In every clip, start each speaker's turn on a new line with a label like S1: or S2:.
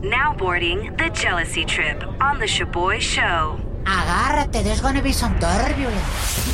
S1: Now boarding the jealousy trip on the Shaboy Show.
S2: Agárrate, there's gonna be some turbulence.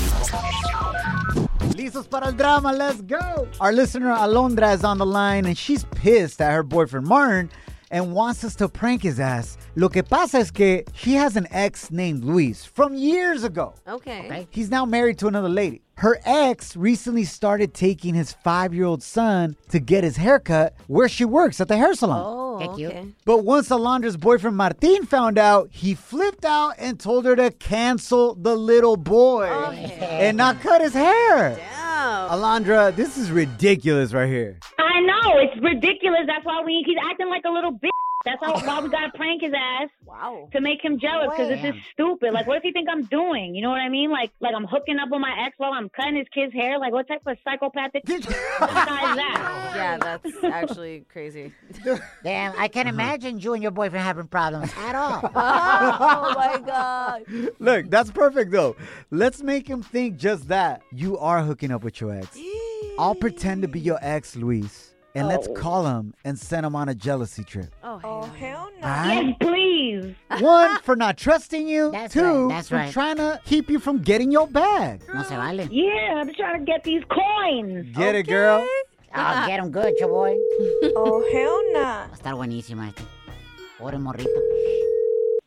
S3: Listos para el drama. Let's go. Our listener Alondra is on the line and she's pissed at her boyfriend Martin and wants us to prank his ass. Lo que pasa es que she has an ex named Luis from years ago.
S4: Okay.
S2: Okay.
S3: He's now married to another lady. Her ex recently started taking his five year old son to get his haircut where she works at the hair salon.
S4: Oh,
S2: Thank you.
S4: okay.
S3: But once Alondra's boyfriend Martin found out, he flipped out and told her to cancel the little boy
S2: Oh,
S3: and not cut his hair.
S4: Yeah.
S3: Alondra, this is ridiculous right here.
S5: I know it's ridiculous. That's why we he's acting like a little bitch. That's how, why we gotta prank his ass
S4: Wow.
S5: to make him jealous because it's just stupid. Like, what does he think I'm doing? You know what I mean? Like, like I'm hooking up with my ex while I'm cutting his kid's hair. Like, what type of psychopathic guy is that?
S4: Yeah, that's actually crazy.
S2: Damn, I can imagine you and your boyfriend having problems at all.
S4: oh my god.
S3: Look, that's perfect though. Let's make him think just that. You are hooking up with your ex. I'll pretend to be your ex, Luis, and let's
S2: Oh.
S3: call him and send him on a jealousy trip.
S4: Oh, hell.
S3: Alright?
S5: Yes, please.
S3: One, for not trusting you.
S2: That's
S3: Two,
S2: right, that's
S3: for
S2: right.
S3: trying to keep you from getting your bag.
S2: No se vale.
S5: Yeah, I'm trying to get these coins.
S3: Get it, girl.
S2: I'll get him good, chaboy.
S6: Oh, hell nah.
S2: Va a estar buenísima este. Pobre morrito.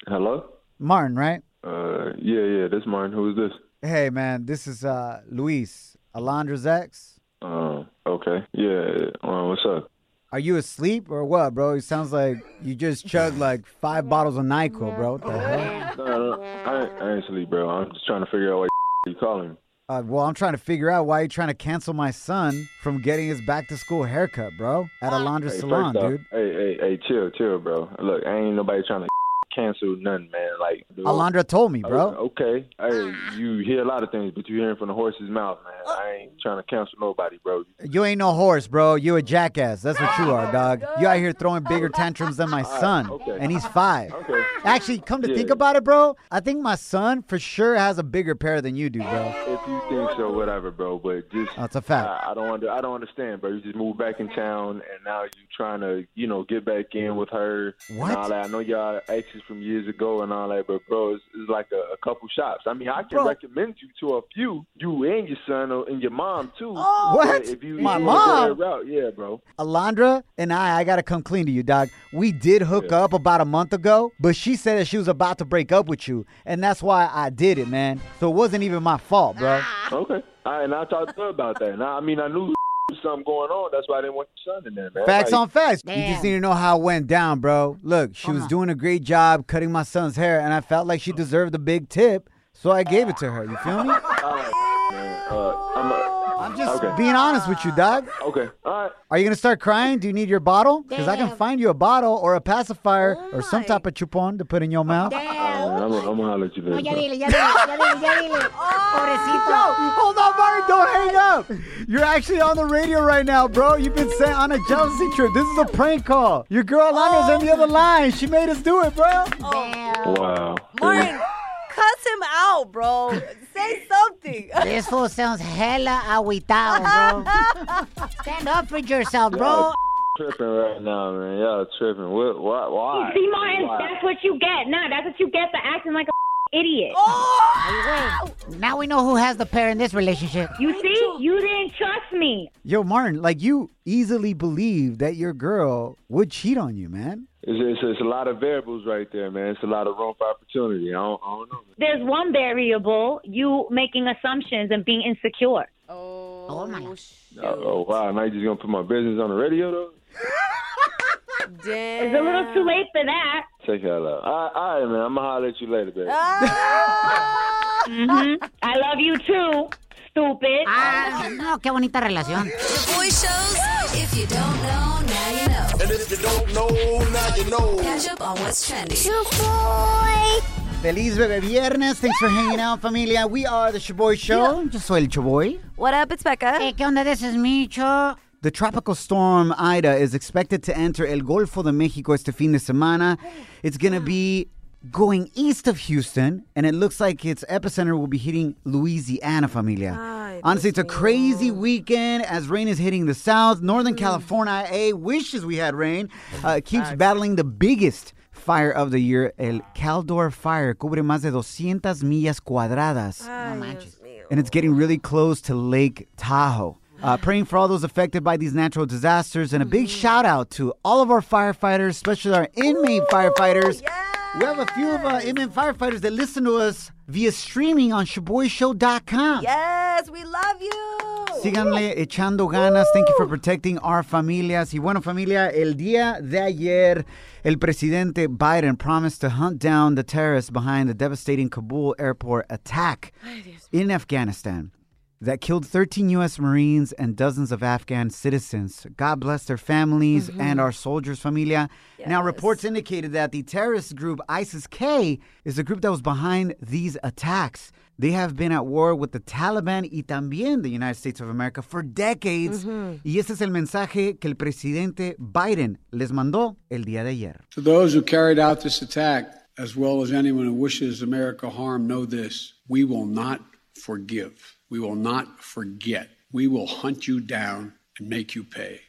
S7: Hello?
S3: Martin, right?
S7: Uh, yeah, yeah, this Martin. Who is this?
S3: Hey, man, this is uh, Luis, Alondra's ex.
S7: Um, okay. Yeah, uh, what's up?
S3: Are you asleep or what, bro? It sounds like you just chugged like five bottles of NyQuil, bro. What the hell?
S7: No, no, no, I, ain't, I ain't sleep, bro. I'm just trying to figure out why you calling me.
S3: Uh, well, I'm trying to figure out why you're trying to cancel my son from getting his back to school haircut, bro, at Alondra's
S7: Hey,
S3: salon,
S7: first off,
S3: dude.
S7: Hey, hey, hey, chill, chill, bro. Look, I ain't nobody trying to cancel nothing, man. Like, dude,
S3: Alondra told me, bro.
S7: Oh, Okay. Hey, you hear a lot of things, but you hearing from the horse's mouth, man. I ain't trying to cancel nobody, bro.
S3: You ain't no horse, bro. You a jackass. That's what you are, dog. You out here throwing bigger tantrums than my son,
S7: okay.
S3: and he's five.
S7: Okay.
S3: Actually, come to
S7: Yeah.
S3: think about it, bro, I think my son for sure has a bigger pair than you do, bro.
S7: If you think so, whatever, bro. But just
S3: That's a fact.
S7: I, I don't under, I don't understand, bro. You just moved back in town, and now you trying to, you know, get back in with her
S3: What?
S7: and all that. I know y'all exes from years ago and all that, but bro, it's, it's like a, a couple shops. I mean, I can
S3: Bro.
S7: recommend you to a few, you and your son or- and your mom too.
S3: Oh, What?
S7: But If you,
S3: My
S7: if you wanna
S3: mom?
S7: go that route, yeah, bro.
S3: Alondra and I, I gotta come clean to you, dog. We did hook up about a month ago, but she said that she was about to break up with you, and that's why I did it, man. So it wasn't even my fault, bro.
S7: Okay. All right, and I talked to her about that. And I, I mean, I knew something going on. That's why I didn't want your son in there, man.
S3: Facts
S7: Like,
S3: on facts. You
S2: Damn. Uh-huh.
S3: just need to know how it went down, bro. Look, she was doing a great job cutting my son's hair, and I felt like she deserved a big tip, so I gave it to her. You feel me?
S7: all right, man. Uh, I'm, uh,
S3: I'm just
S7: Okay.
S3: being honest with you, dog.
S7: okay. All right.
S3: Are you gonna start crying? Do you need your bottle? Because I can
S2: Damn.
S3: find you a bottle or a pacifier
S4: Oh
S3: or some
S4: my.
S3: type of chupon to put in your mouth.
S7: All
S2: Damn.
S7: right, I'm gonna holler at you
S2: No,
S7: later.
S2: ya
S7: bro.
S2: dile, ya dile, ya dile, ya dile.
S3: Yo,
S2: Pobrecito.
S3: hold on, Martin. Don't hang up. You're actually on the radio right now, bro. You've been sent on a jealousy trip. This is a prank call. Your girl Alondra's on the other line. She made us do it, bro.
S2: Oh. Damn.
S7: Wow.
S4: Martin, cuss him out, bro. Say something.
S2: This fool sounds hella agüitado, bro. Stand up for yourself, bro.
S7: Y'all tripping right now, man. Y'all tripping. What? Why? Why?
S5: See, Martin,
S7: Why?
S5: that's what you get. Nah, that's what you get for acting like a idiot.
S2: Now we know who has the pair in this relationship.
S5: You see, you didn't trust me.
S3: Yo, Martin, like you easily believe that your girl would cheat on you, man.
S7: It's, it's, it's a lot of variables right there, man. It's a lot of room for opportunity. I don't, I don't know. Man.
S5: There's one variable: you making assumptions and being insecure.
S2: Oh my.
S7: Oh wow! Now you just gonna put my business on the radio though?
S4: Damn.
S5: It's a little too late for that.
S7: Take that out. All right, all right, man. I'm gonna holler at you later, baby.
S5: hmm I love you too, stupid.
S2: Ah, no, qué bonita relación.
S8: Shaboy Shows. If you don't know, now you know.
S9: And if you don't know, now you know.
S1: Catch up on what's trending.
S3: Feliz Bebe Viernes. Thanks for hanging out, familia. We are the Shaboy Show. Yo soy el Shaboy.
S4: What up? It's Becca.
S2: Hey, ¿qué onda? This is Micho.
S3: The tropical storm Ida is expected to enter El Golfo de Mexico este fin de semana. It's going to be going east of Houston, and it looks like its epicenter will be hitting Louisiana, familia.
S6: Ay,
S3: Honestly, it's a crazy weekend as rain is hitting the south.
S6: Mm.
S3: Northern California eh, wishes we had rain. Uh, it keeps battling the biggest fire of the year, El Caldor Fire. Cubre más de 200 millas cuadradas
S6: Ay, Dios mío.
S3: and it's getting really close to Lake Tahoe. Uh, praying for all those affected by these natural disasters, and a big shout out to all of our firefighters, especially our inmate firefighters. We have a few of our inmate firefighters that listen to us via streaming on shaboyshow.com.
S4: Yes, we love you.
S3: Síganle echando ganas. Thank you for protecting our familias. Y bueno, familia, el día de ayer, el presidente Biden promised to hunt down the terrorists behind the devastating Kabul airport attack in Afghanistan that killed 13 U.S. Marines and dozens of Afghan citizens. God bless their families and our soldiers, familia. Now, reports indicated that the terrorist group ISIS K is the group that was behind these attacks. They have been at war with the Taliban y también the United States of America for decades. Y ese es el mensaje que el presidente Biden les mandó el día de ayer.
S10: To those who carried out this attack, as well as anyone who wishes America harm, know this we will not forgive. We will not forget. We will hunt you down and make you pay.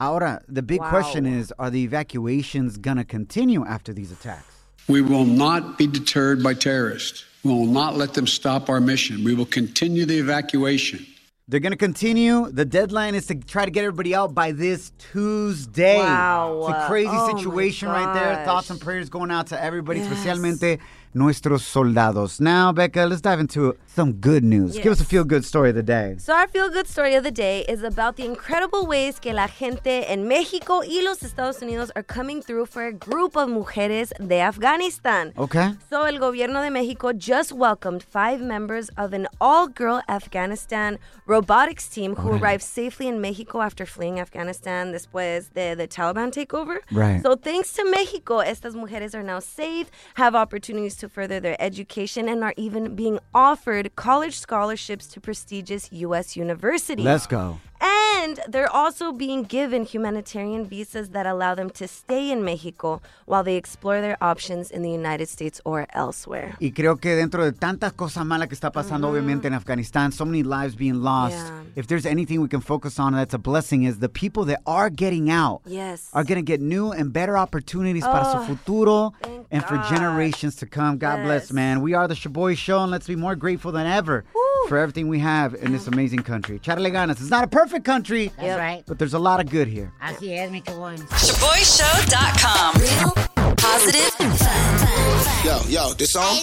S3: Ahora, the big question is are the evacuations going to continue after these attacks?
S10: We will not be deterred by terrorists. We will not let them stop our mission. We will continue the evacuation.
S3: They're going to continue. The deadline is to try to get everybody out by this Tuesday.
S4: Wow.
S3: It's a crazy
S4: Oh, my
S3: situation right there.
S4: gosh.
S3: Thoughts and prayers going out to everybody, especialmente nuestros soldados. Now, Becca, let's dive into some good news. Give us a feel good story of the day.
S4: So our feel good story of the day is about the incredible ways que la gente en México y los Estados Unidos are coming through for a group of mujeres de Afghanistan.
S3: Okay.
S4: So el gobierno de México just welcomed five members of an all-girl Afghanistan robotics team who arrived safely in Mexico after fleeing Afghanistan después de the Taliban takeover.
S3: Right.
S4: So thanks to Mexico, estas mujeres are now safe, have opportunities to further their education, and are even being offered college scholarships to prestigious U.S. universities.
S3: Let's go.
S4: And they're also being given humanitarian visas that allow them to stay in Mexico while they explore their options in the United States or elsewhere.
S3: Y creo que dentro de tantas cosas malas que está pasando, obviamente, en Afghanistan, so many lives being lost.
S4: Mm-hmm. Yeah.
S3: If there's anything we can focus on that's a blessing, is the people that are getting out
S4: Yes.
S3: are going to get new and better opportunities para su futuro and for generations to come. God bless,
S4: Yes.
S3: man. We are the Shaboy Show, and let's be more grateful than ever for everything we have in this amazing country. Charle ganas. It's not a perfect country,
S2: That's right.
S3: but there's a lot of good here.
S2: Así es, mi chuboy.
S8: ShaboyShow.com. Real, positive, fun.
S9: Yo, yo, this on?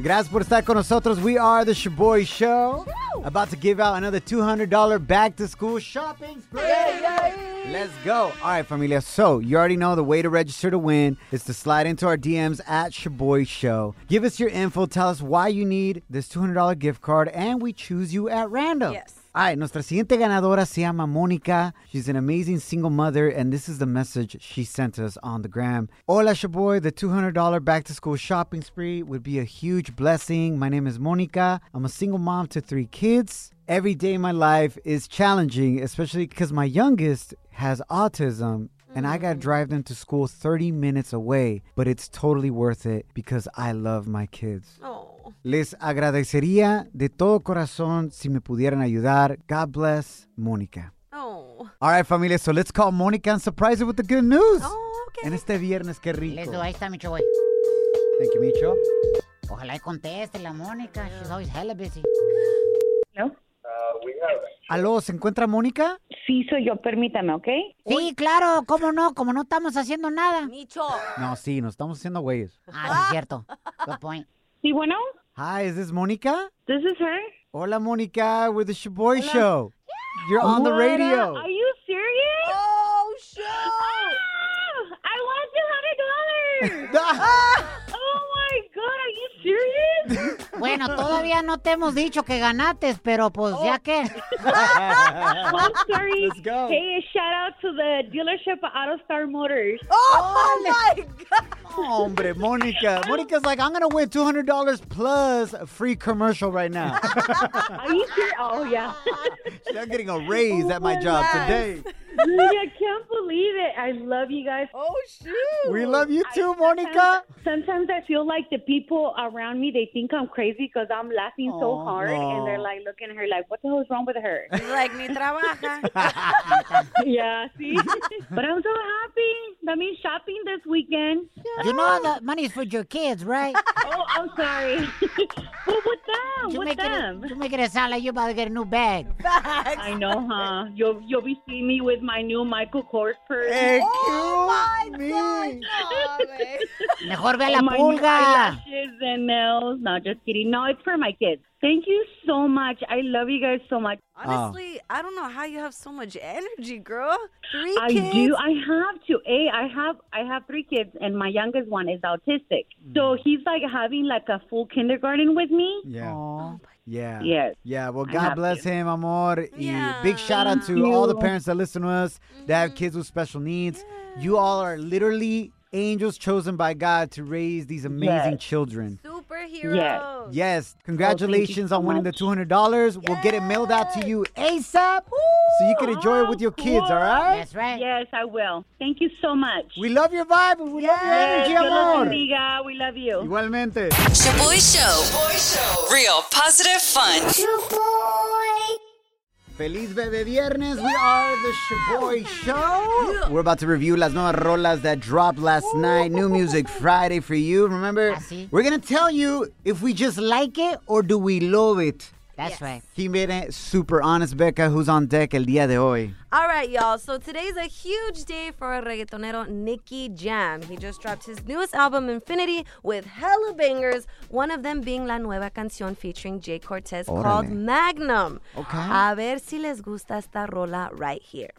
S3: Gracias por estar con nosotros. We are the Shaboy Show. About to give out another $200 back to school shopping spree. Let's go. All right, familia. So, you already know the way to register to win is to slide into our DMs at Shaboy Show. Give us your info. Tell us why you need this $200 gift card, and we choose you at random.
S4: Yes.
S3: All right, nuestra siguiente ganadora se llama Mónica. She's an amazing single mother, and this is the message she sent us on the gram. Hola, Shaboy. The $200 back to school shopping spree would be a huge blessing. My name is Mónica. I'm a single mom to three kids. Every day in my life is challenging, especially because my youngest has autism. And I gotta drive them to school 30 minutes away, but it's totally worth it because I love my kids.
S4: Oh.
S3: Les agradecería de todo corazón si me pudieran ayudar. God bless, Mónica.
S4: Oh.
S3: All right, familia, so let's call Mónica and surprise her with the good news.
S4: Oh, okay.
S3: En este viernes, qué rico.
S2: Les doy, ahí está, mi chuboy.
S3: Thank you, Micho.
S2: Ojalá y conteste la Mónica. She's always hella busy.
S5: Hello?
S3: Aló, ¿se encuentra Mónica?
S5: Sí, soy yo. Permítame, ¿ok?
S2: Sí, claro, cómo no, como no estamos haciendo nada.
S4: Micho.
S3: No, sí, nos estamos haciendo güeyes.
S2: Ah, sí, es cierto. Good point.
S5: Sí, bueno?
S3: Hi, is this Mónica?
S5: This is her?
S3: Hola, Mónica, we're the Shaboy Show. You're on the
S5: What up?
S3: radio.
S5: Oh. Are you serious?
S4: Oh, show.
S5: Ah, I won $200!
S3: Ah!
S5: oh my god, are you serious?
S2: Wait, Bueno, todavía no te hemos dicho que ganaste, pero pues ya que.
S5: Home story. Hey, shout out to the dealership of AutoStar Motors.
S4: Oh, my
S3: Hombre, Mónica. Monica's like, I'm going to win $200 plus a free commercial right now.
S5: Are you serious? Oh yeah.
S3: I'm getting a raise at my job today.
S5: Dude, I can't believe it. I love you guys.
S4: Oh shoot.
S3: We love you too, Monica.
S5: Sometimes, sometimes I feel like the people around me they think I'm crazy because I'm laughing so
S2: Oh,
S3: Aw,
S5: hard,
S3: no.
S5: and they're like looking at her like, "What the hell is wrong with her?"
S4: like ni trabaja.
S5: yeah, see. but I'm so happy. That means shopping this weekend.
S2: You know that money's for your kids, right?
S5: Oh, I'm sorry. but with them,
S2: You
S5: with
S2: make,
S5: them.
S2: It, you make it sound like you about to get a new bag.
S5: I know, huh? You'll you'll be seeing me with my new Michael Kors purse.
S3: Thank
S4: Oh
S3: you. Me.
S2: Mejor ve a la
S5: Oh my new
S2: pulga.
S5: eyelashes and nails. No, just kidding. No, it's for my kids. Thank you so much. I love you guys so much.
S4: Ah. Honestly, I don't know how you have so much energy, girl. Three
S5: I
S4: kids.
S5: do. I have to. A. I have. I have three kids, and my youngest one is autistic. So he's like having like a full kindergarten with me.
S3: Yeah. Yeah.
S5: Yes.
S3: Yeah, well,
S5: have
S3: God
S5: to.
S3: bless him, amor. Y
S4: Yeah.
S3: Big shout out to all the parents that listen to us that have kids with special needs. You all are literally angels chosen by God to raise these amazing
S5: Yes.
S3: children.
S4: Superheroes.
S3: Yes, congratulations
S5: so
S3: on winning
S5: much.
S3: the $200. We'll get it mailed out to you ASAP so you can enjoy it with your kids, all right?
S2: That's right.
S5: Yes, I will. Thank you so much.
S3: We love your vibe. and We love your
S5: yes,
S3: energy,
S5: Dios los
S3: amor.
S5: bendiga. We love you.
S3: Igualmente.
S8: Shaboy Show. Real positive fun.
S3: Feliz Bebe Viernes. We are the Shaboy Show. We're about to review las nuevas rolas that dropped last night. New music Friday for you. Remember,
S2: Así.
S3: we're going to tell you if we just like it or do we love it.
S2: That's right.
S3: He made it super honest, Becca, who's on deck el día de hoy.
S4: All right, y'all. So today's a huge day for reggaetonero Nicky Jam. He just dropped his newest album, Infinity, with hella bangers, one of them being La Nueva Canción featuring Jay Cortez called Magnum. Okay. A ver si les gusta esta rola right here.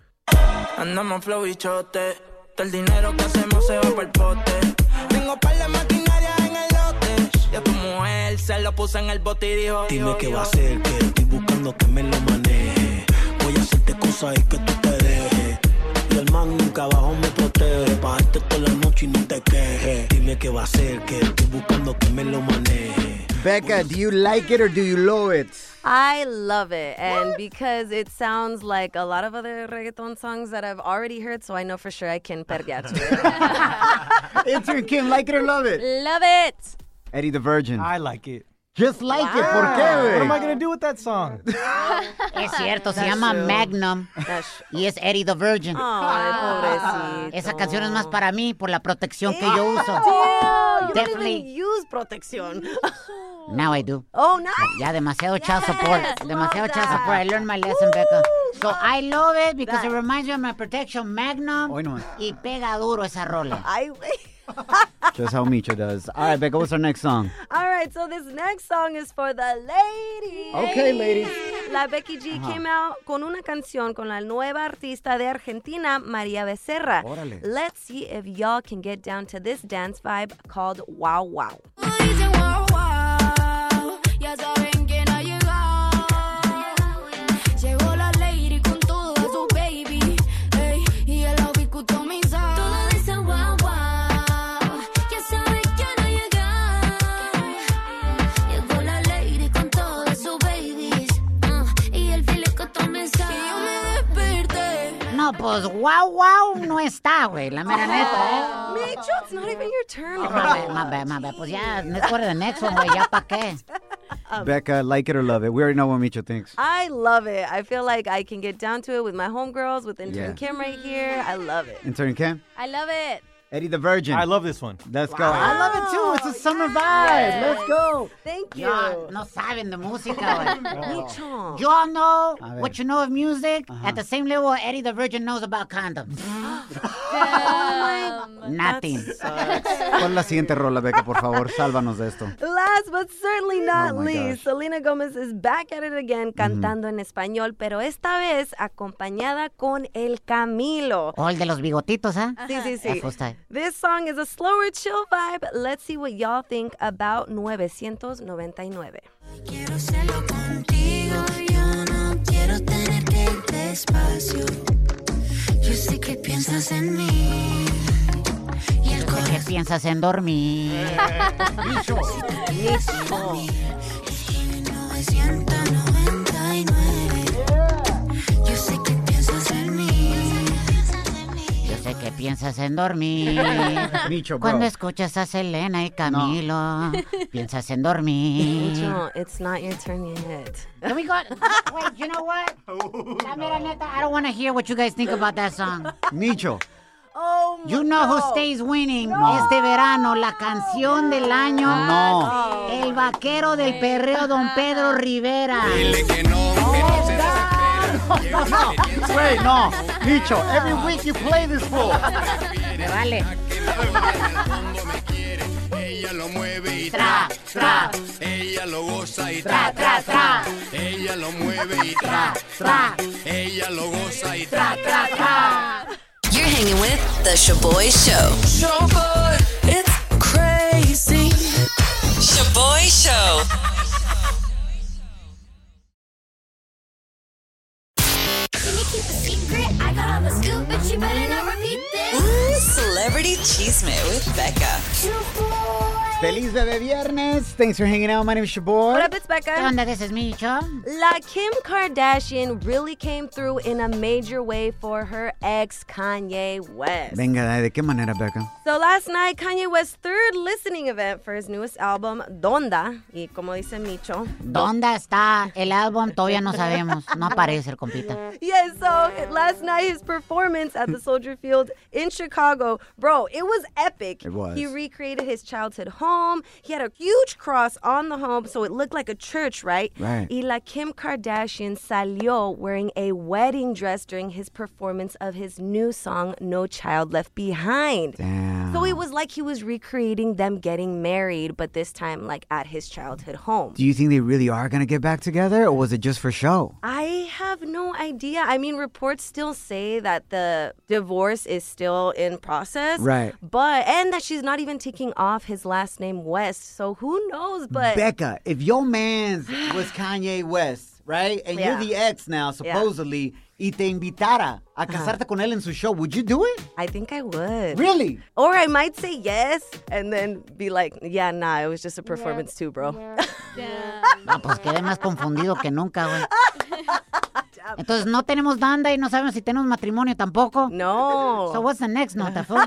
S11: Andamos flow y chote. Todo el dinero que hacemos se va por el pote. Tengo par de maquinaria en el lote. Ya tu mujer se lo puse en el bote y dijo: Dime qué va a hacer, que estoy buscando que me lo maneje. Voy a hacerte cosas y que tú te dejes. Y el man nunca abajo me protege. Pagaste toda la noche y no te quejes. Dime qué va a hacer, que estoy buscando que me lo maneje.
S3: Becca, do you like it or do you love it?
S4: I love it. And because it sounds like a lot of other reggaeton songs that I've already heard, so I know for sure I can perrear to it.
S3: Intern Kim, like it or love it?
S4: love it.
S3: Eddie the Virgin.
S12: I like it.
S3: Just like it. ¿Por
S12: What
S3: qué?
S12: am I
S3: güey?
S12: gonna do with that song?
S2: Es cierto, se llama Magnum
S4: That's-
S2: y es Eddie the Virgin.
S4: Oh. Ay, pobrecito.
S2: Esa canción es más para mí por la protección que yo
S4: Ah.
S2: uso.
S4: Damn, you
S2: Definitely.
S4: don't even use protección.
S2: Now I do.
S4: Oh, nice.
S2: Ya demasiado child support.
S4: Yes,
S2: Demasiado
S4: love
S2: child
S4: that.
S2: support. I learned my lesson, Becca. So I love it because it
S4: That-
S2: reminds me of my protection magnum.
S3: Hoy nomás.
S2: Y pega duro esa rola.
S4: I
S3: Just how Micho does. All right, Becca, what's our next song?
S4: All right, so this next song is for the ladies.
S3: Okay, ladies.
S4: La Becky G came out con una canción con la nueva artista de Argentina, María Becerra.
S3: Órale.
S4: Let's see if y'all can get down to this dance vibe called Wow Wow.
S8: Ya saben quién ha llegado. Llegó la lady con todo a su baby. Ey, y el outfit customizado. Todo dice wow, wow. Ya saben quién ha llegado. Llegó la lady con todo a su baby. y el filo customizado. Y yo me desperté.
S2: No, pues wow, wow, no está, güey. La mera neta, ¿eh?
S4: Mitchell, it's not even your turn.
S2: Oh, My bad, my bad, my bad. Pues ya, let's go to the next one, güey. Ya pa' qué.
S3: Becca, like it or love it? We already know what Micho thinks.
S4: I love it. I feel like I can get down to it with my homegirls, with intern
S3: Yeah.
S4: Kim right here. I love it.
S3: Intern Kim?
S4: I love it.
S3: Eddie the Virgin.
S12: I love this one.
S3: Let's go. I love it too. It's a summer vibe. Let's go.
S4: Thank you.
S2: No, no saben de música, güey.
S4: Mitchell.
S2: You all know
S3: A ver.
S2: what you know of music at the same level Eddie the Virgin knows about condoms.
S4: Oh
S12: Um,
S2: Nothing.
S12: ¿Cuál es la siguiente rola, Beca? Por favor, sálvanos de esto.
S4: Last but certainly not
S12: Oh my Mm-hmm.
S4: least, Selena Gomez is back at it again cantando en español, pero esta vez acompañada con el Camilo.
S2: O el de los bigotitos, ¿ah?
S4: Sí, sí, sí.
S2: That was time.
S4: This song is a slower, chill vibe. Let's see what y'all think about 999.
S8: Quiero serlo contigo, yo no quiero tener que ir despacio. Yo sé que piensas en mí. Y el
S2: ¿De ¿Qué
S8: corazón
S2: piensas en dormir?
S8: Yo sé que piensas en mí.
S2: Yo sé que piensas en dormir.
S12: Micho, bro.
S2: Cuando escuchas a Selena y Camilo, piensas en dormir.
S4: Angel, it's not your turn yet.
S2: Can we go? Wait, you know what? La mera neta, I don't want to hear what you guys think about that song.
S12: Micho.
S4: Oh,
S2: You know who stays winning este verano, la canción del año.
S12: No.
S2: El vaquero del perreo, don Pedro Rivera.
S8: Oh.
S12: No, güey, no. Micho, every week you play this fool.
S2: Me vale.
S13: Ella lo mueve y
S2: Tra, tra.
S13: Ella lo goza y
S2: Tra, tra, tra.
S13: Ella lo mueve y tra,
S2: tra.
S13: Ella lo goza y
S14: You're hanging with The Shaboy Show. Shaboy, it's crazy. Shaboy Show.
S8: Can you keep a secret? I got all the scoop, but you better not repeat this.
S14: Ooh, Celebrity Cheesemate with Becca.
S3: Feliz bebé viernes. Thanks for hanging out. My name is your boy.
S4: What up, it's Becca.
S2: ¿Qué onda? This is me, Cho.
S4: La Kim Kardashian really came through in a major way for her ex Kanye West.
S12: Venga, ¿de qué manera, Beca?
S4: So last night, Kanye West's third listening event for his newest album, Donda, y como dice Micho.
S2: ¿Dónde está el álbum? Todavía no sabemos. No aparece el compita.
S4: Yes, so last night his performance at the Soldier Field in Chicago, bro, it was epic.
S2: It was.
S4: He recreated his childhood home. He had a huge cross on the home, so it looked like a church, right?
S8: Right.
S4: Y la Kim Kardashian salió wearing a wedding dress during his performance of his new song, No Child Left Behind. So it was like he was recreating them getting married, but this time, like at his childhood home.
S12: Do you think they really are going to get back together or was it just for show?
S4: I have no idea. I mean, reports still say that the divorce is still in process.
S12: Right.
S4: But, and that she's not even taking off his last name, West. So who knows? But.
S3: Becca, if your man's was Kanye West, right? And
S4: Yeah. Uh-huh.
S3: you're the ex now, supposedly, y te invitara a casarte con él en su show, would you do it?
S4: I think I would.
S3: Really?
S4: Or I might say yes and then be like, yeah, nah, it was just a performance too, bro.
S2: No, pues quedé más confundido que nunca, güey. Entonces no tenemos banda y no sabemos si tenemos matrimonio tampoco.
S4: No.
S2: So what's the next nota, fool?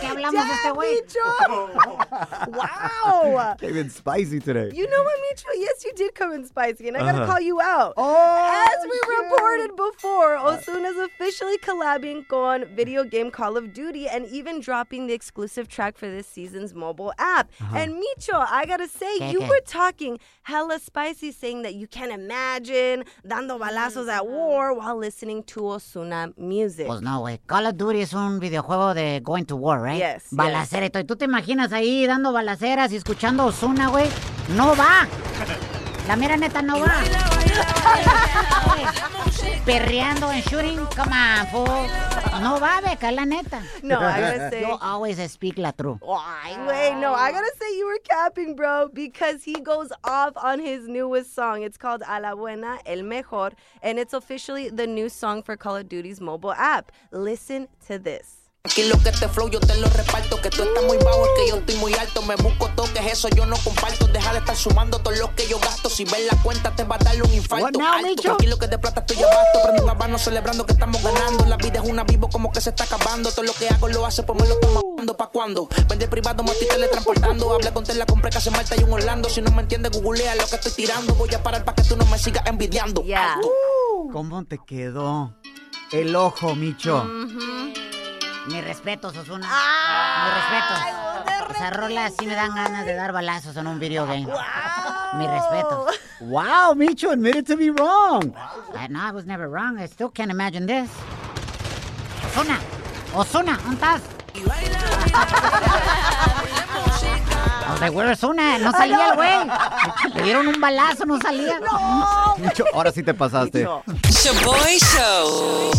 S2: ¿Qué hablamos de este güey?
S4: wow.
S12: Came in spicy today.
S4: You know what, Micho? Yes, you did come in spicy, and I gotta
S12: Uh-huh.
S4: call you out.
S3: Oh,
S4: As we reported before, Osuna's officially collabing con video game Call of Duty and even dropping the exclusive track for this season's mobile app. And Micho, I gotta say,
S8: ¿Qué,
S4: you
S8: qué?
S4: were talking hella spicy, saying that you can't imagine dando balazos at war while listening to Osuna music.
S2: Pues no, güey. Call of Duty es un videojuego de going to war, right?
S4: Yes,
S2: Balacera y todo. ¿Y tú te imaginas ahí dando balaceras y escuchando Ozuna, güey? No va. La mera neta no va. Perreando and shooting, come on, fool. No va, beca, la neta.
S4: No, I gotta say-
S2: You always speak la true.
S4: Ay, wait, no, I gotta say you were capping, bro, because he goes off on his newest song. It's called A la Buena, El Mejor, and it's officially the new song for Call of Duty's mable app. Listen to this.
S15: Tranquilo que este flow yo te lo reparto Que tú estás muy bajo, es que yo estoy muy alto Me busco toques, eso yo no comparto Deja de estar sumando todo lo que yo gasto Si ves la cuenta te va a darle un infarto Alto, tranquilo que de plata estoy abasto Prendo un habano celebrando que estamos ganando La vida es una vivo como que se está acabando Todo lo que hago lo hace por me lo estamos mamando ¿Pa' cuándo? Vende privado, me estoy teletransportando Habla con la compré que hace Malta y un Orlando Si no me entiendes, googlea lo que estoy tirando Voy a parar para que tú no me sigas envidiando Alto.
S3: ¿Cómo te quedó el ojo, Micho?
S4: Mm.
S2: Mi respeto, Osuna. Mi respeto. Esa rola sí me dan ganas de dar balazos en un video game. Mi respeto.
S3: Wow, Micho admitted to be wrong.
S2: I, no, I was never wrong. I still can't imagine this. Osuna, Osuna, ¿dónde estás? Donde güey Osuna, Ah, no salía el güey. Le dieron un balazo, no salía.
S4: Oh,
S3: Micho, ahora sí te pasaste.
S14: Shaboy Show.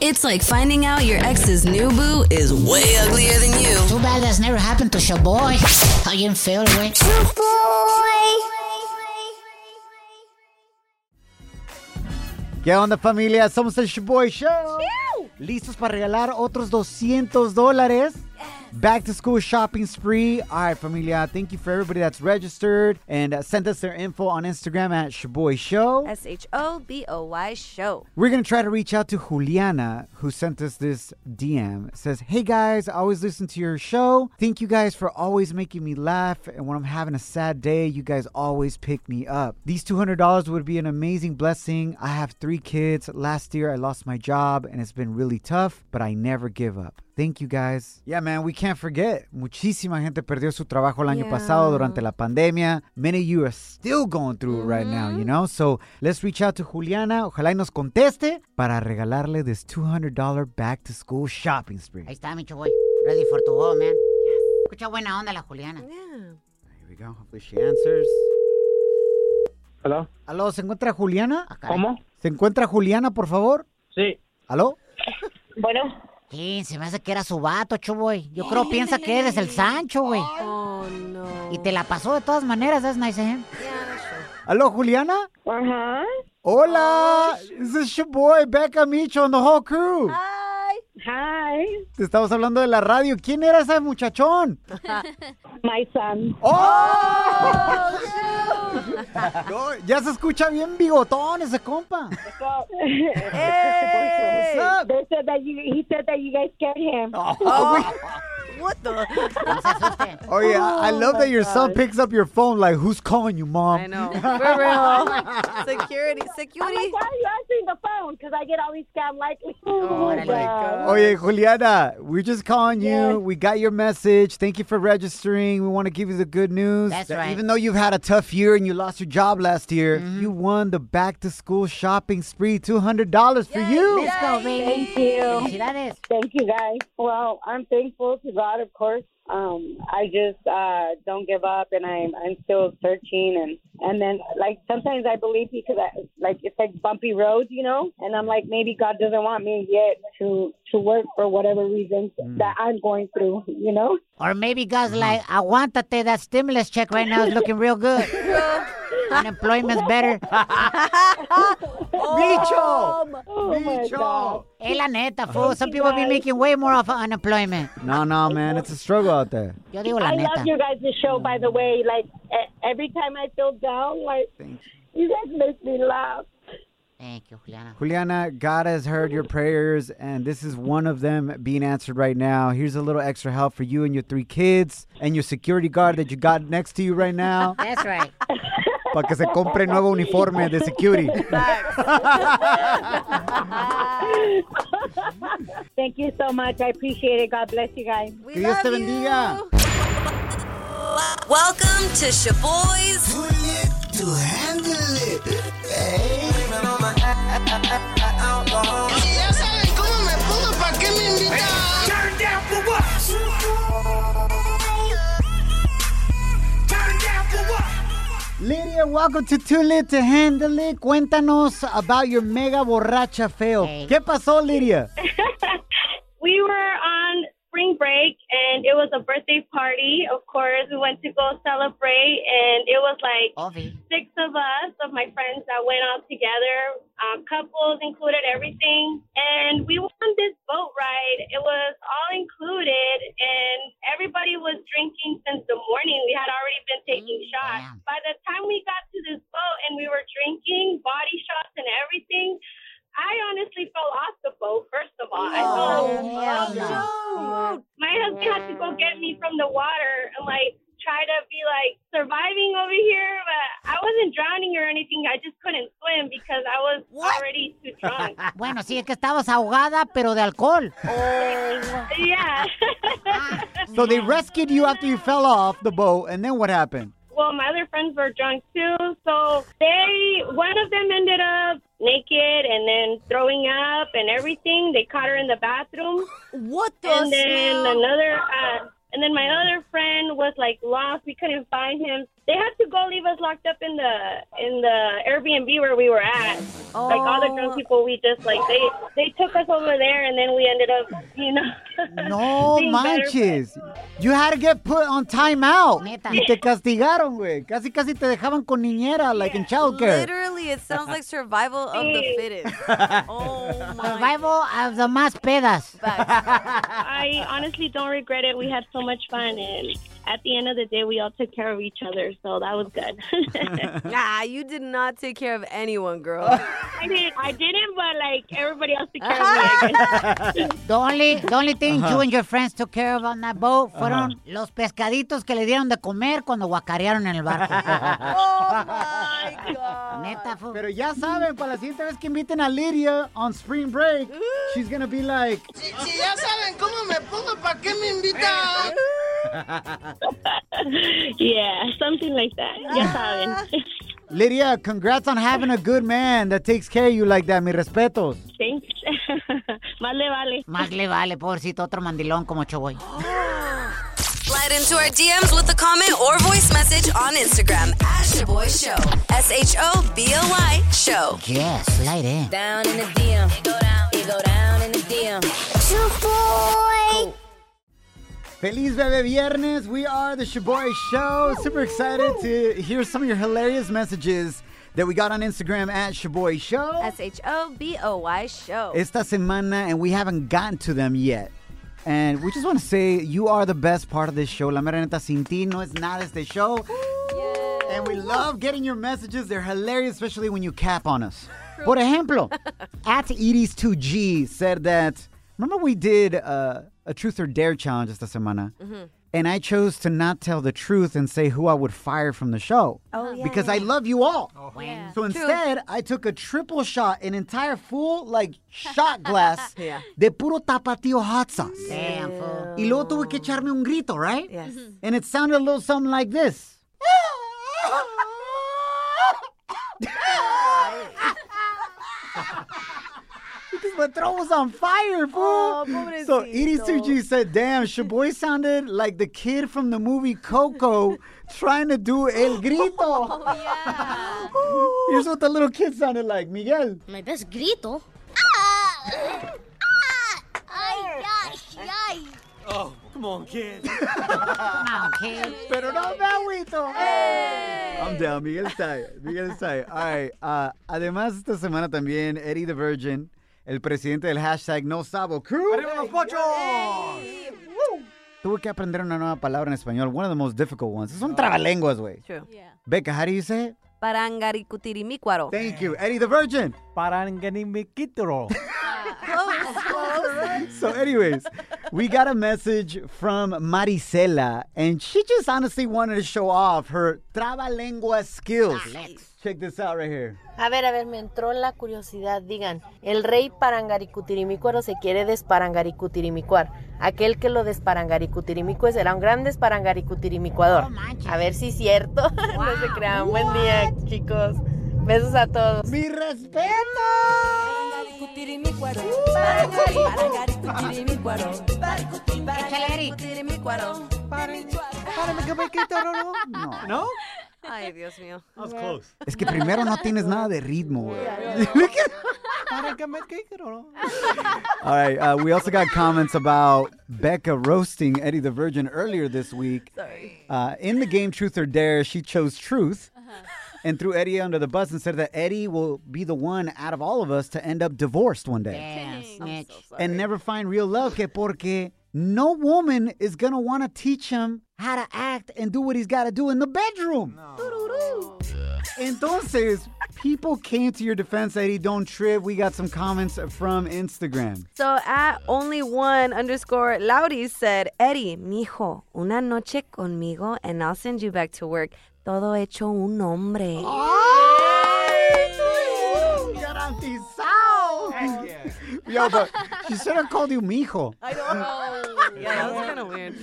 S14: It's like finding out your ex's new boo is way uglier than you.
S2: Too bad that's never happened to Shaboy. I am feo, güey.
S3: ¿Qué onda familia? Somos el Shaboy Show. ¿Listos para regalar otros 200 dólares? Back to school shopping spree. All right, familia. Thank you for everybody that's registered and uh, sent us their info on Instagram at Shaboy Show.
S4: S H O B O Y show.
S3: We're gonna try to reach out to Juliana, who sent us this DM. It says, "Hey guys, I always listen to your show. Thank you guys for always making me laugh. And when I'm having a sad day, you guys always pick me up. These two hundred dollars would be an amazing blessing. I have three kids. Last year, I lost my job, and it's been really tough. But I never give up. Thank you guys. Yeah, man, we can't forget. Muchísima gente perdió su trabajo el año
S12: Yeah.
S3: pasado durante la pandemia. Many of you are still going through it right now, you know? So let's reach out to Juliana. Ojalá y nos conteste para regalarle this $200 back to school shopping spree.
S2: Ahí está, Micho, güey. Ready for to go, man. Escucha buena onda la Juliana.
S3: Here we go. Hopefully she answers.
S16: Hello.
S3: Aló, ¿se encuentra Juliana?
S16: ¿Cómo?
S3: ¿Se encuentra Juliana, por favor?
S16: Sí.
S3: ¿Aló?
S2: Bueno. Sí, se me hace que era su vato, chuboy. Yo creo piensa que eres el Sancho, güey. Oh, no. Y te la pasó de todas maneras, that's nice ¿eh? of him.
S3: ¿Aló, Juliana? Ajá. Hola, this is your boy, Becca Micho, and the whole crew.
S5: Hi. Hi.
S3: Te estamos hablando de la radio. ¿Quién era ese muchachón?
S5: My son.
S4: Oh,
S3: No, ya se escucha bien bigotón ese compa.
S5: Hey. They said that you, he said that you guys scared him.
S4: Oh, What the?
S3: Oh yeah, I love
S4: my
S3: that your son
S4: God.
S3: picks up your phone like, who's calling you, mom?
S4: I know. For real. Security, security.
S5: I'm like, why are you answering the phone? Because I get all these scam likely.
S4: Oh, my God.
S3: Oye, Juliana, we're just calling you. We got your message. Thank you for registering. We want to give you the good news.
S2: That's
S3: that
S2: right.
S3: Even though you've had a tough year and you lost your job last year, you won the back to school shopping spree $200 for you.
S5: Let's go, baby. Thank you.
S2: Felicidades.
S5: Thank you, guys. Well, I'm thankful to God, of course. Um, I just uh, don't give up, and I'm I'm still searching, and and then like sometimes I believe because I, like it's like bumpy roads, you know, and I'm like maybe God doesn't want me yet to to work for whatever reasons
S2: Mm.
S5: that I'm going through, you know.
S2: Or maybe God's like, aguántate, that stimulus check right now is looking real good. Unemployment's better.
S3: Bicho!
S5: Oh
S2: Bicho! Hey, Eh, la neta, fool. Some people be making way more off of unemployment.
S3: No, no, man. It's a struggle out there.
S2: Yo digo la
S5: I
S2: neta. Mm.
S5: love you guys' show, by the way. Like e- every time I feel down, like you guys make me laugh.
S2: Thank you, Juliana.
S3: Juliana, God has heard your prayers, and this is one of them being answered right now. Here's a little extra help for you and your three kids and your security guard that you got next to you right now.
S2: That's right.
S3: Para que se compre nuevo uniforme de security.
S5: Thank you so much. I appreciate it. God bless you guys.
S3: Que Dios te bendiga.
S14: Welcome to Shaboy's.
S1: To handle it.
S11: Ya saben cómo me pongo, ¿para qué me invitan? Turn down for what? Turn down for what?
S3: Lydia, welcome to Too Lit to Handle It. Cuéntanos about your mega borracha feo. ¿Qué pasó, Lydia?
S17: we were on spring break and it was a birthday party. Of course, we went to go celebrate, and it was like six of us, of my friends that went out together, um, couples included, everything. And we went on this boat ride. It was all included, and everybody was drinking since the morning. We had already been taking shots. By the time we got to this boat and we were drinking body shots and everything, I honestly fell off the boat, first of all. I fell off the boat. My husband had to go get me from the water and, like, try to be, like, surviving over here, but I wasn't drowning or anything. I just couldn't swim because I was already too drunk.
S2: Bueno, sí, es que estabas ahogada, pero de alcohol.
S17: yeah.
S3: So they rescued you after you fell off the boat, and then what happened?
S17: well, my other friends were drunk too. So they, one of them ended up naked and then throwing up and everything. They caught her in the bathroom.
S4: What the
S17: And then
S4: smell?
S17: another, uh, and then my other friend was like lost. We couldn't find him. They had to go leave us locked up in the in the Airbnb where we were at. Like all the
S3: Oh.
S17: drunk people, we just like they they took us over there, and then we ended up, you know.
S3: No
S17: being better
S3: manches. You had to get put on timeout. Y te castigaron, güey. Casi, casi te dejaban con niñera, like in childcare.
S4: Literally, it sounds like survival of the fittest. Oh
S2: Survival of the más pedas.
S17: I honestly don't regret it. We had so much fun, and at the end of the day, we all took care of each other, so that was good.
S4: nah, you did not take care of anyone, girl.
S17: I did, I didn't, but like everybody else took care of me.
S2: The only, the only thing
S3: Ajá.
S2: you and your friends took care of on that boat fueron los pescaditos que le dieron de comer cuando guacarearon en el barco.
S5: Oh,
S3: Pero ya saben, para la siguiente vez que inviten a Lydia on spring break, she's gonna be like,
S18: Si ya saben cómo me pongo, ¿para qué me invitan?
S17: yeah, something like that.
S19: Ah.
S17: Ya saben.
S3: Lydia, congrats on having a good man that takes care of you like that. Mis respetos.
S17: Thanks. Más le vale.
S2: Más le vale, pobrecito, otro mandilón como Choboy.
S14: Slide into our DMs with a comment or voice message on Instagram at Shaboy Show. S H O B O Y Show.
S2: Yes, slide in.
S14: Down in the DM. It go down. It go down in the DM.
S3: Feliz Bebe Viernes. We are the Shaboy Show. Super excited to hear some of your hilarious messages that we got on Instagram at Shaboy Show.
S4: S H O B O Y show.
S3: esta semana, and we haven't gotten to them yet. And we just want to say you are the best part of this show. La mera neta, sin ti no es nada este show. And we love getting your messages. They're hilarious, especially when you cap on us. Por ejemplo, at Edis2G said that, remember we did uh, a truth or dare challenge esta semana?
S12: Mhm.
S3: And I chose to not tell the truth and say who I would fire from the show.
S12: Oh, yeah,
S3: because I
S12: yeah.
S3: love you all.
S12: Yeah.
S3: So
S12: True.
S3: instead, I took a triple shot, an entire full like shot glass
S12: Yeah.
S3: de puro tapatio hot sauce. Damn, fool. Y luego tuve que echarme un grito, right? Mm-hmm.
S4: Yes.
S3: And it sounded a little something like this. Because my throat was on fire, fool. so Edie Suji said, damn, Shaboy sounded like the kid from the movie Coco trying to do El Grito. Here's what the little kid sounded like, Miguel.
S20: My best grito.
S18: Ay, ay, ay.
S11: Oh, come on, kid.
S3: Pero no me agüito. I'm down. Miguel está ahí. Miguel está ahí. All right. uh, además, esta semana también Eddie the Virgin, el presidente del hashtag No Sabo Crew.
S12: ¡Arriba los pochos!
S3: Tuve que aprender una nueva palabra en español. One of the most difficult ones. Son trabalenguas, güey.
S4: True.
S3: Becca, how do you say it?
S4: Parangaricutirimícuaro.
S3: Thank you. Eddie the Virgin. Paranganimiquitro. so, anyways, we got a message from Marisela, and she just honestly wanted to show off her trabalengua skills. Check this out right here.
S19: A ver, a ver, me entró la curiosidad. Digan, el rey parangaricutirimícuaro se quiere desparangaricutirimícuar. Aquel que lo desparangaricutirimicue será un gran desparangaricutirimícuador. a ver si es cierto. no se crean. Buen día, chicos. Besos a todos.
S3: ¡Mi respeto! No.
S12: ¿No?
S4: Ay, Dios mío.
S12: That was close.
S3: Es que primero no tienes nada de ritmo, güey. All right, uh, we also got comments about Becca roasting Eddie the Virgin earlier this week.
S4: Sorry.
S3: Uh, in the game Truth or Dare, she chose truth and threw Eddie under the bus and said that Eddie will be the one out of all of us to end up divorced one day and never find real love. Que porque no woman is going to want to teach him how to act and do what he's got to do in the bedroom. Entonces, people came to your defense, Eddie. Don't trip. We got some comments from Instagram.
S4: So at only one underscore Laudi said, Eddie, mijo, una noche conmigo and I'll send you back to work. Todo hecho un hombre.
S3: Garantizado. Yo, but she should have called you mijo.
S4: I know. Yeah, that was kind of weird.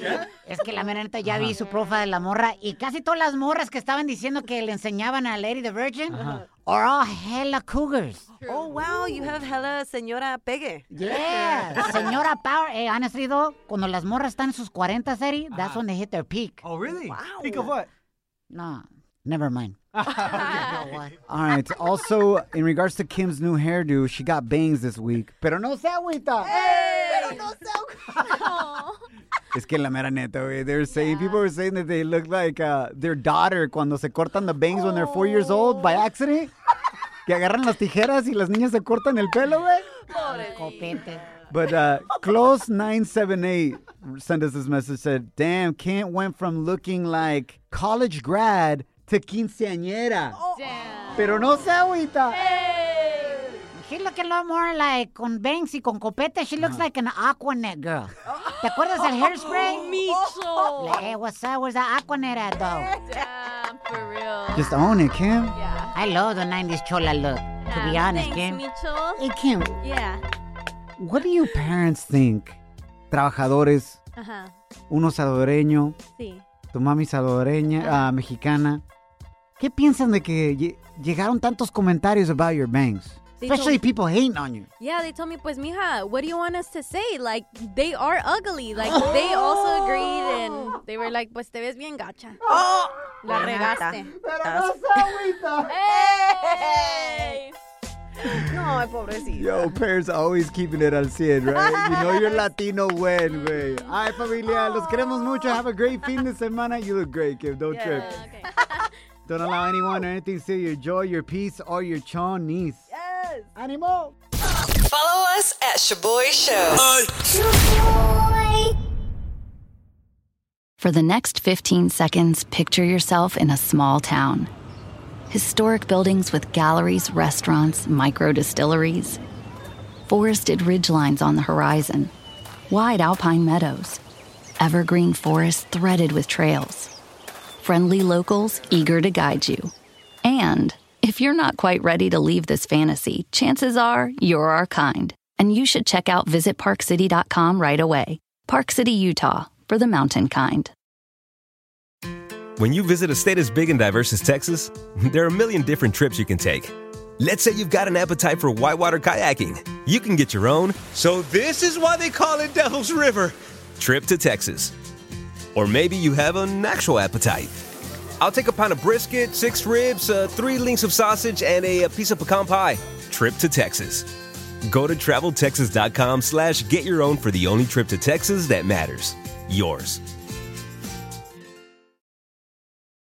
S2: Es que la mera neta ya vi su profa de la morra y casi todas las morras que estaban diciendo que le enseñaban a Lady the Virgin
S4: Ajá.
S2: are all hella cougars.
S4: Oh, wow, you have hella señora pegue.
S2: Yeah. Señora Power, eh, honestly though, cuando las morras están en sus 40, Eri, that's when they hit their peak.
S12: Oh, really? Think of what?
S2: No, never mind.
S3: All right. Also, in regards to Kim's new hairdo, she got bangs this week. Pero no se agüita.
S12: Pero
S18: no se
S3: Es que la mera neta, güey. They were saying, people were saying that they look like uh, their daughter cuando se cortan the bangs when they're four years old by accident. Que agarran las tijeras y las niñas se cortan el pelo, güey.
S2: Copete.
S3: But uh, close nine seven eight sent us this message said, "Damn, Kent went from looking like college grad to quinceañera, pero no se agüita."
S2: She looking a lot more like con bangs y con copete. She looks like an Aquanet girl. ¿Te acuerdas del hairspray?
S18: Oh, Micho.
S2: Hey, what's up? Where's the Aquanet at, though?
S18: Damn, for real.
S3: Just own it, Kim.
S2: I love the 90s chola look. To be honest, Kim. Hey, Kim,
S18: Yeah.
S3: What do your parents think? Trabajadores,
S18: Ajá.
S3: uno salvadoreño,
S18: Sí.
S3: tu mami salvadoreña, ah, mexicana. ¿Qué piensan de que lle- llegaron tantos comentarios about your bangs?
S20: They
S3: Especially
S20: told-
S3: people hating on you.
S20: Yeah, they told me, pues, mija, what do you want us to say? Like, they are ugly. Like, they also agreed, and they were like, pues, te ves bien gacha. La regaste.
S18: Hey.
S4: No, ay, pobrecito.
S3: Yo, parents always keeping it al 100, right? You know you're Latino when, güey. Ay, familia, los queremos mucho. Have a great fin de semana. You look great, Kim. Don't trip. Don't allow anyone or anything to steal your joy, your peace, or your chonies.
S12: Yes. Animal.
S14: Follow us at Shaboy Show.
S21: For the next 15 seconds, picture yourself in a small town. Historic buildings with galleries, restaurants, micro distilleries, forested ridgelines on the horizon, wide alpine meadows, evergreen forests threaded with trails, friendly locals eager to guide you. And if you're not quite ready to leave this fantasy, chances are you're our kind, and you should check out visitparkcity.com right away. Park City, Utah, for the mountain kind.
S22: When you visit a state as big and diverse as Texas, there are a million different trips you can take. Let's say you've got an appetite for whitewater kayaking. You can get your own. So this is why they call it Devil's River. Trip to Texas. Or maybe you have an actual appetite. I'll take a pound of brisket, six ribs, uh, three links of sausage, and a, a piece of pecan pie. Trip to Texas. Go to traveltexas.com slash get your own for the only trip to Texas that matters. Yours.